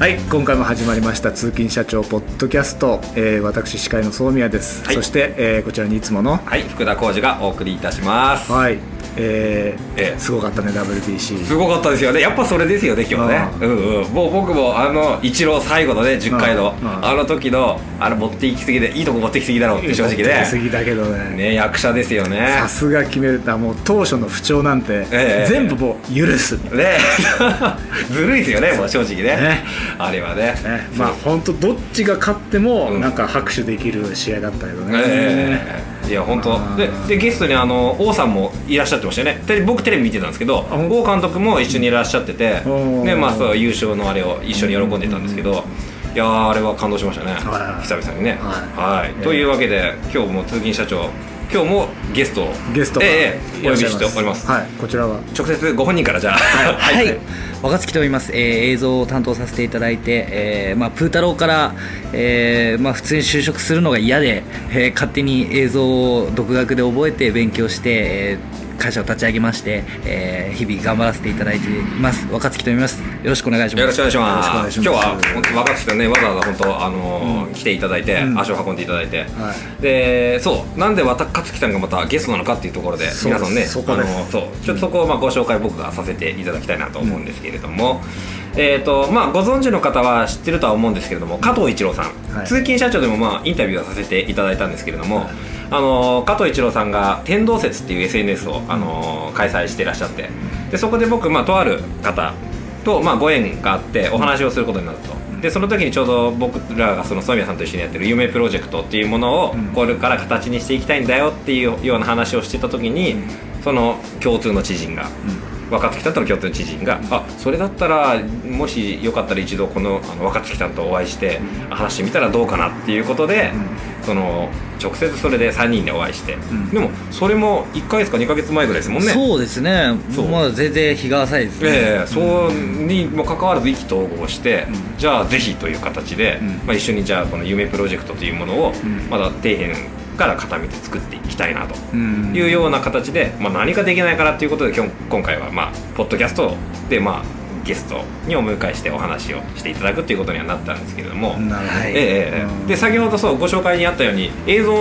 はい今回も始まりました通勤社長ポッドキャスト、えー、私司会の総宮です、はいそして、えーこちらにいつものはい、福田浩二がお送りいたします。はいえーええすごかったね WBC すごかったですよね。やっぱそれですよね、今日ね。ううんうん。もう僕もあの一郎最後のね10回のうんうんあの時のあの持って行き過ぎでいいとこ持ってきすぎだろうって正直やすね。ぎだけどねね役者ですよねさ。すが決めるなもう当初の不調なんて、ええ全部もう許す、ね ずるいですよね、もう正直ね。ねあれはね。ね、まあ本当どっちが勝ってもうんなんか拍手できる試合だったけどね、ええいや本当あでーでゲストにあの王さんもいらっしゃってましたよねテレ僕テレビ見てたんですけどあほん王監督も一緒にいらっしゃってておーで、まあ、そう優勝のあれを一緒に喜んでたんですけどいやーあれは感動しましたねはい久々にねははいいというわけで今日も通勤社長今日もゲストをゲストがええええおらっ呼びしゃいしておりますはいこちらは直接ご本人からじゃあははいい、若槻と言います、えー映像を担当させていただいて、えーまあ、プータローから、えーまあ、普通に就職するのが嫌で、えー勝手に映像を独学で覚えて勉強して、えー会社を立ち上げまして、えー日々頑張らせていただいています若槻と言いますよろしくお願いしますよろしくお願いしよろしくお願まいす。し今ま日すは本当若くてねわざわざ本当あのー来ていただいて、うん足を運んでいただいて、はでそうなんで若槻さんがまたゲストなのかっていうところでそう皆さんねそこですあのーそうちょっとそこをまあご紹介僕がさせていただきたいなと思うんですけれども。えーとまあ、ご存知の方は知ってるとは思うんですけれども加藤一郎さん、はい通勤社長でも、まあ、インタビューはさせていただいたんですけれども、あのー加藤一郎さんが天動説っていう SNS を、あのー開催していらっしゃってでそこで僕、まあ、とある方と、まあ、ご縁があってお話をすることになると。でその時にちょうど僕らがそのソミヤさんと一緒にやってる夢プロジェクトっていうものをうんこれから形にしていきたいんだよっていうような話をしてた時にその共通の知人が若槻さんとの共通の知人が「あそれだったらもしよかったら一度このあの若槻さんとお会いして話してみたらどうかな」っていうことで、その直接それで3人でお会いして、んでもそれも1か月か2か月前ぐらいですもんね。そうですねそうまだ全然日が浅いですね、ええそうにもかかわらず意気投合して、うんじゃあぜひという形で、うんまあ、一緒にじゃあこの夢プロジェクトというものを、んまだ底辺から固めて作っていきたいなとうんいうような形で、まあ、何かできないからということで今日今回は、まあ、ポッドキャストで、まあ、ゲストにお迎えしてお話をしていただくということにはなったんですけれども、なるほど、はいええええうんで先ほどそうご紹介にあったように映像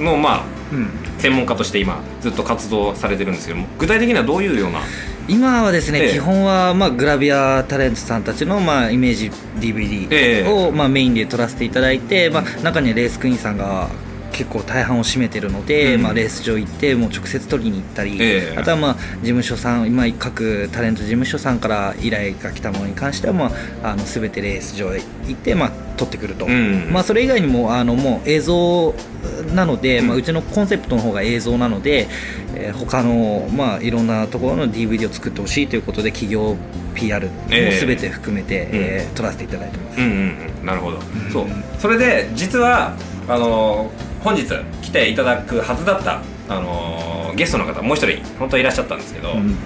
のまあうん専門家として今ずっと活動されてるんですけども具体的にはどういうような今はですね、ええ基本は、まあ、グラビアタレントさんたちの、まあ、イメージ DVD を、ええまあ、メインで撮らせていただいて、まあ、中にはレースクイーンさんが結構大半を占めてるので、うんまあ、レース場行ってもう直接撮りに行ったり、ええあとは、まあ、事務所さん今各タレント事務所さんから依頼が来たものに関しては、まあ、あの全てレース場へ行って、まあ、撮ってくると。うんまあ、それ以外にもあのもう映像なので、うんまあ、うちのコンセプトの方が映像なので、えー他の、まあ、いろんなところの DVD を作ってほしいということで企業 PR もええ全て含めて、うんえー撮らせていただいてます、うんうんうんなるほど、そうそれで実はあのー本日来ていただくはずだったあのーゲストの方もう一人本当はいらっしゃったんですけど、うん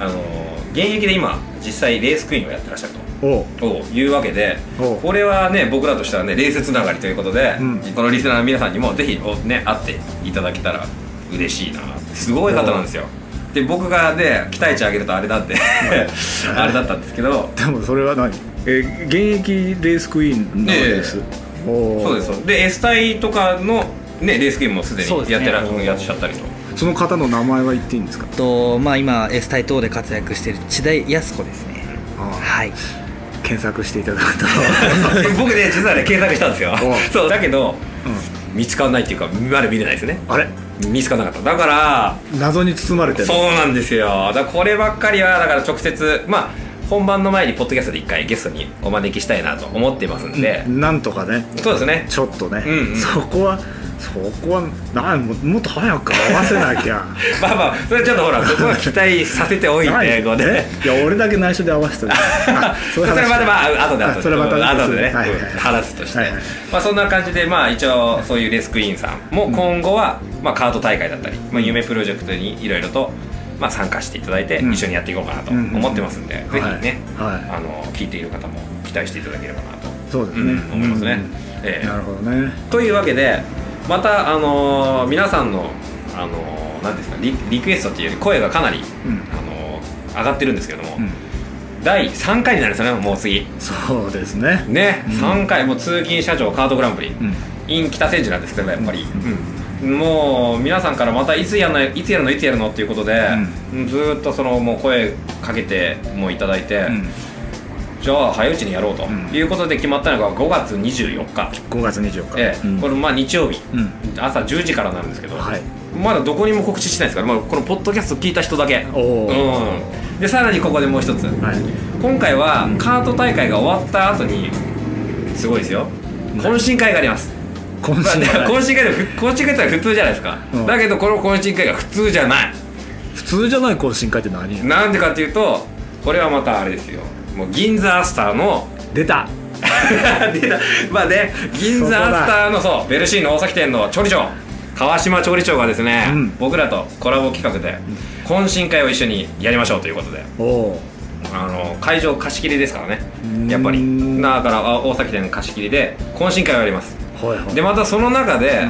あのー現役で今実際レースクイーンをやってらっしゃると。おうというわけでおうこれはね僕らとしてはねレースつながりということで、うんこのリスナーの皆さんにもぜひおね会っていただけたら嬉しいなすごい方なんですよで僕がね期待値上げるとあれだって あれだったんですけどでもそれは何えー現役レースクイーンのレース、えおそうですそうですで S 隊とかの、ね、レースゲームもすでにそうですねやってら、やっしゃったりとその方の名前は言っていいんですかとまあ、今 S 台等で活躍している千田康子ですね、あはいあ検索していただく と僕ね実はね検索したんですよおそうだけど、見つからないっていうかまだ見れないですねあれ見つからなかっただから謎に包まれてるそうなんですよだからこればっかりはだから直接まあ本番の前にポッドキャストで一回ゲストにお招きしたいなと思ってますんで、なんとかねそうですねちょっとね、うんうんそこはそこはなんももっと早く合わせな きゃまあまあそれちょっとほらそこは期待させておいないてこうねいや俺だけ内緒で合わ せてるあそれまでまあ後で後あでそれまたね後でね、はいはいはい話すとして、はいはいまあそんな感じでまあ一応そういうレスクイーンさんも今後はまあカート大会だったり、まあ夢プロジェクトにいろいろとまあ参加していただいてうん一緒にやっていこうかなと思ってますんで、んぜひね、はいはいあの聞いている方も期待していただければなとそうですね、うん思いますねうんええなるほどねというわけでまたあのー皆さんのあのーなんていうんですかリリクエストっていうより声がかなり、うんあのー上がってるんですけども、うん第3回になるんですよねもう次そうですねね、3回もう通勤社長カードグランプリ、ん in 北千住なんですけどやっぱり、うんもう皆さんからまたいつやんないいつやるのいつやるのっていうことで、うんずーっとそのもう声かけてもういただいて、うんじゃあ早いうちにやろうとんいうことで決まったのが5月24日、 5月24日、ええうんこれまあ日曜日、うん朝10時からなんですけど、はいまだどこにも告知してないですから、まあ、このポッドキャスト聞いた人だけおーうん、でさらにここでもう一つ、はい今回はカート大会が終わった後にすごいですよ懇親会があ ります懇まあ親ね会懇親会でふ懇親会ってのは普通じゃないですか、うんだけどこの懇親会が普通じゃない普通じゃない懇親会って何なんでかっていうとこれはまたあれですよもう銀座アスターの出た でまあね銀座アスターのそうベルシーの大崎店の調理長川島調理長がですね、うん僕らとコラボ企画で懇親会を一緒にやりましょうということでおおあの会場貸し切りですからねんやっぱりだからあ大崎店の貸し切りで懇親会をやりますーはいはいでまたその中で、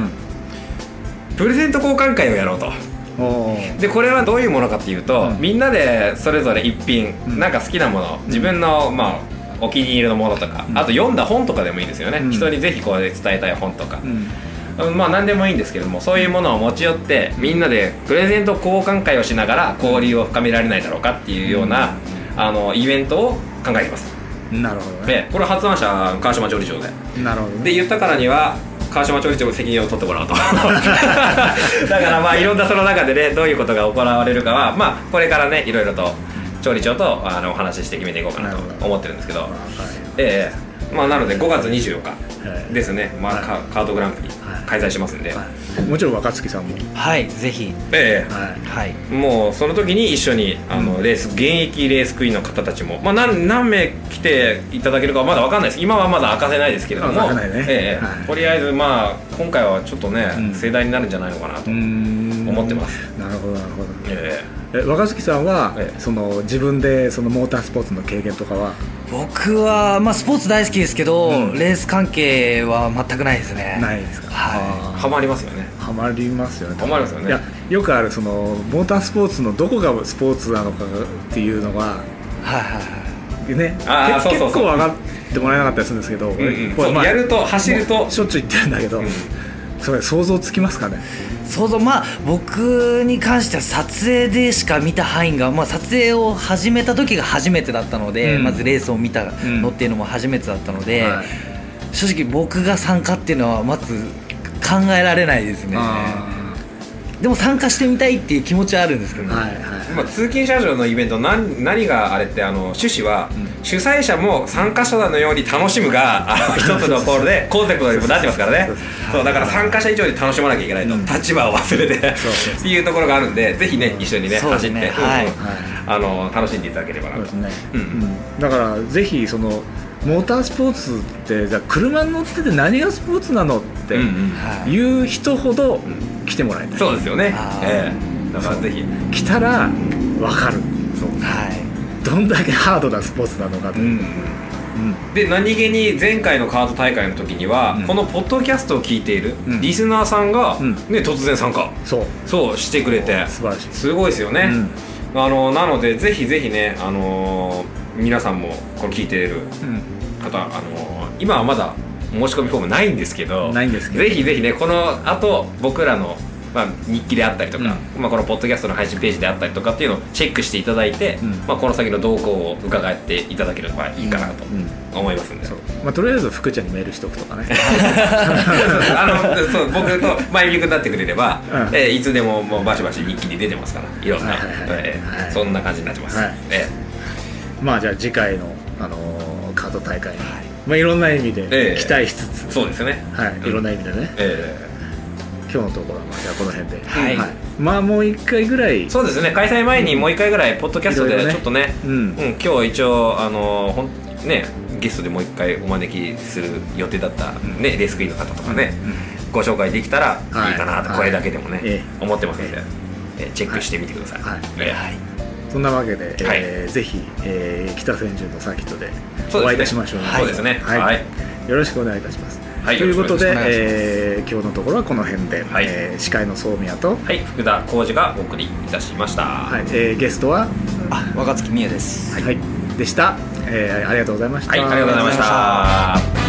プレゼント交換会をやろうとおおーでこれはどういうものかっていうと、うんみんなでそれぞれ一品、んなんか好きなもの自分の、まあお気に入りのものとか、あと読んだ本とかでもいいですよね、うん人にぜひこう伝えたい本とかう、んうんまあ何でもいいんですけどもそういうものを持ち寄ってみんなでプレゼント交換会をしながら交流を深められないだろうかっていうような、あのイベントを考えてますなるほどねでこれ発案者川島調理長でなるほどねで言ったからには川島調理長の責任を取ってもらおうと だからまあいろんなその中でねどういうことが行われるかはまあこれからねいろいろと調理長とあのお話しして決めていこうかななるほとど思ってるんですけどはええまあなので5月24は日いですね、まあ、カカードグランプリはい開催しますんで、いはいもちろん若槻さんもはいぜひええはいはいもうその時に一緒にあのレース現役レースクイーンの方たちも、まあ、何何名来ていただけるかはまだ分かんないです今はまだ明かせないですけれども明かせないねええはいとりあえずまあ今回はちょっとね、うん盛大になるんじゃないのかなうと、ーん思ってますなるほどなるほどええ若槻さんは、ええその自分でそのモータースポーツの経験とかは僕は、まあ、スポーツ大好きですけど、うんレース関係は全くないですねないですか、はえあハマりますよねーはまりますよねハマりますよいねやよくあるそのモータースポーツのどこがスポーツなのかっていうのがいはいはいはいねあけーそうそうそ結う構分かってもらえなかったりするんですけど、うんうんこれそうやると走るともうしょっちゅう言ってるんだけど、うんそれ想像つきますかね想像まあ僕に関しては撮影でしか見た範囲が、まあ、撮影を始めた時が初めてだったので、うんまずレースを見たんのっていうのも初めてだったので、はい正直僕が参加っていうのはまず考えられないですねあでも参加してみたいっていう気持ちはあるんですけどーね、はいはいまあ、通勤車上のイベント何何があれってあの趣旨は、主催者も参加者のように楽しむがあの一つ のコールでコンセプトにもなってますからねそうそうそうだから参加者以上に楽しまなきゃいけないと、立場を忘れてそうそうっていうところがあるんでぜひね一緒にねそうで走すって、ねうんうんはいあの楽しんでいただければなそうとですね、うんうんだからぜひそのモータースポーツってじゃあ車に乗ってて何がスポーツなのってうんうんはいいう人ほど来てもらいたい、そうですよねあ、ーええだからぜひ来たら分かるはいどんだけハードなスポーツなのかと、うんで何気に前回のカード大会の時には、うんこのポッドキャストを聞いているうんリスナーさんが、うんね、突然参加そうそうしてくれて素晴らしいすごいですよね、あのなのでぜひぜひね、あのー皆さんもこれ聞いている方、あのー今はまだ申し込みフォームないんですけどないんですけどぜひぜひねこのあと僕らの、まあ、日記であったりとか、まあ、このポッドキャストの配信ページであったりとかっていうのをチェックしていただいて、うんまあ、この先の動向を伺っていただければいいかなとうんうん思いますんで、そうまあ、とりあえず福ちゃんにメールしとくとかねあのそう僕と前向きになってくれれば、うんえーいつでももうバシバシ日記に出てますからいろんな、はいはいはいえーはいそんな感じになってます、はいえまあじゃあ次回の、あのーカード大会に、まあ、いろんな意味えでえ期待しつつー、そうですねはい、いろんな意味でね、え今日のところはまあじゃあこの辺で、はいまあもう一回ぐらいーそうですね開催前にもう一回ぐらいポッドキャストいろいでろねちょっとねうんうん、今日一応あのほんねゲストでもう一回お招きする予定だった、ねレースクイーンの方とかね、ご紹介できたらいいかなと、はいこれだけでもね、え思ってますので、えーチェックしてみてください、はいえーそんなわけで、はえーぜひ、えー北千住のサーキットでそうですねお会いいたしましょうはいそうですねはいはいよろしくお願いいたします、はいということよでろしくお願いしますえー今日のところはこの辺で、はいえー司会の宗宮と、はい、福田浩二がお送りいたしました、はいえーゲストは、あ若槻美優ですはいでした、えーありがとうございました、はいありがとうございました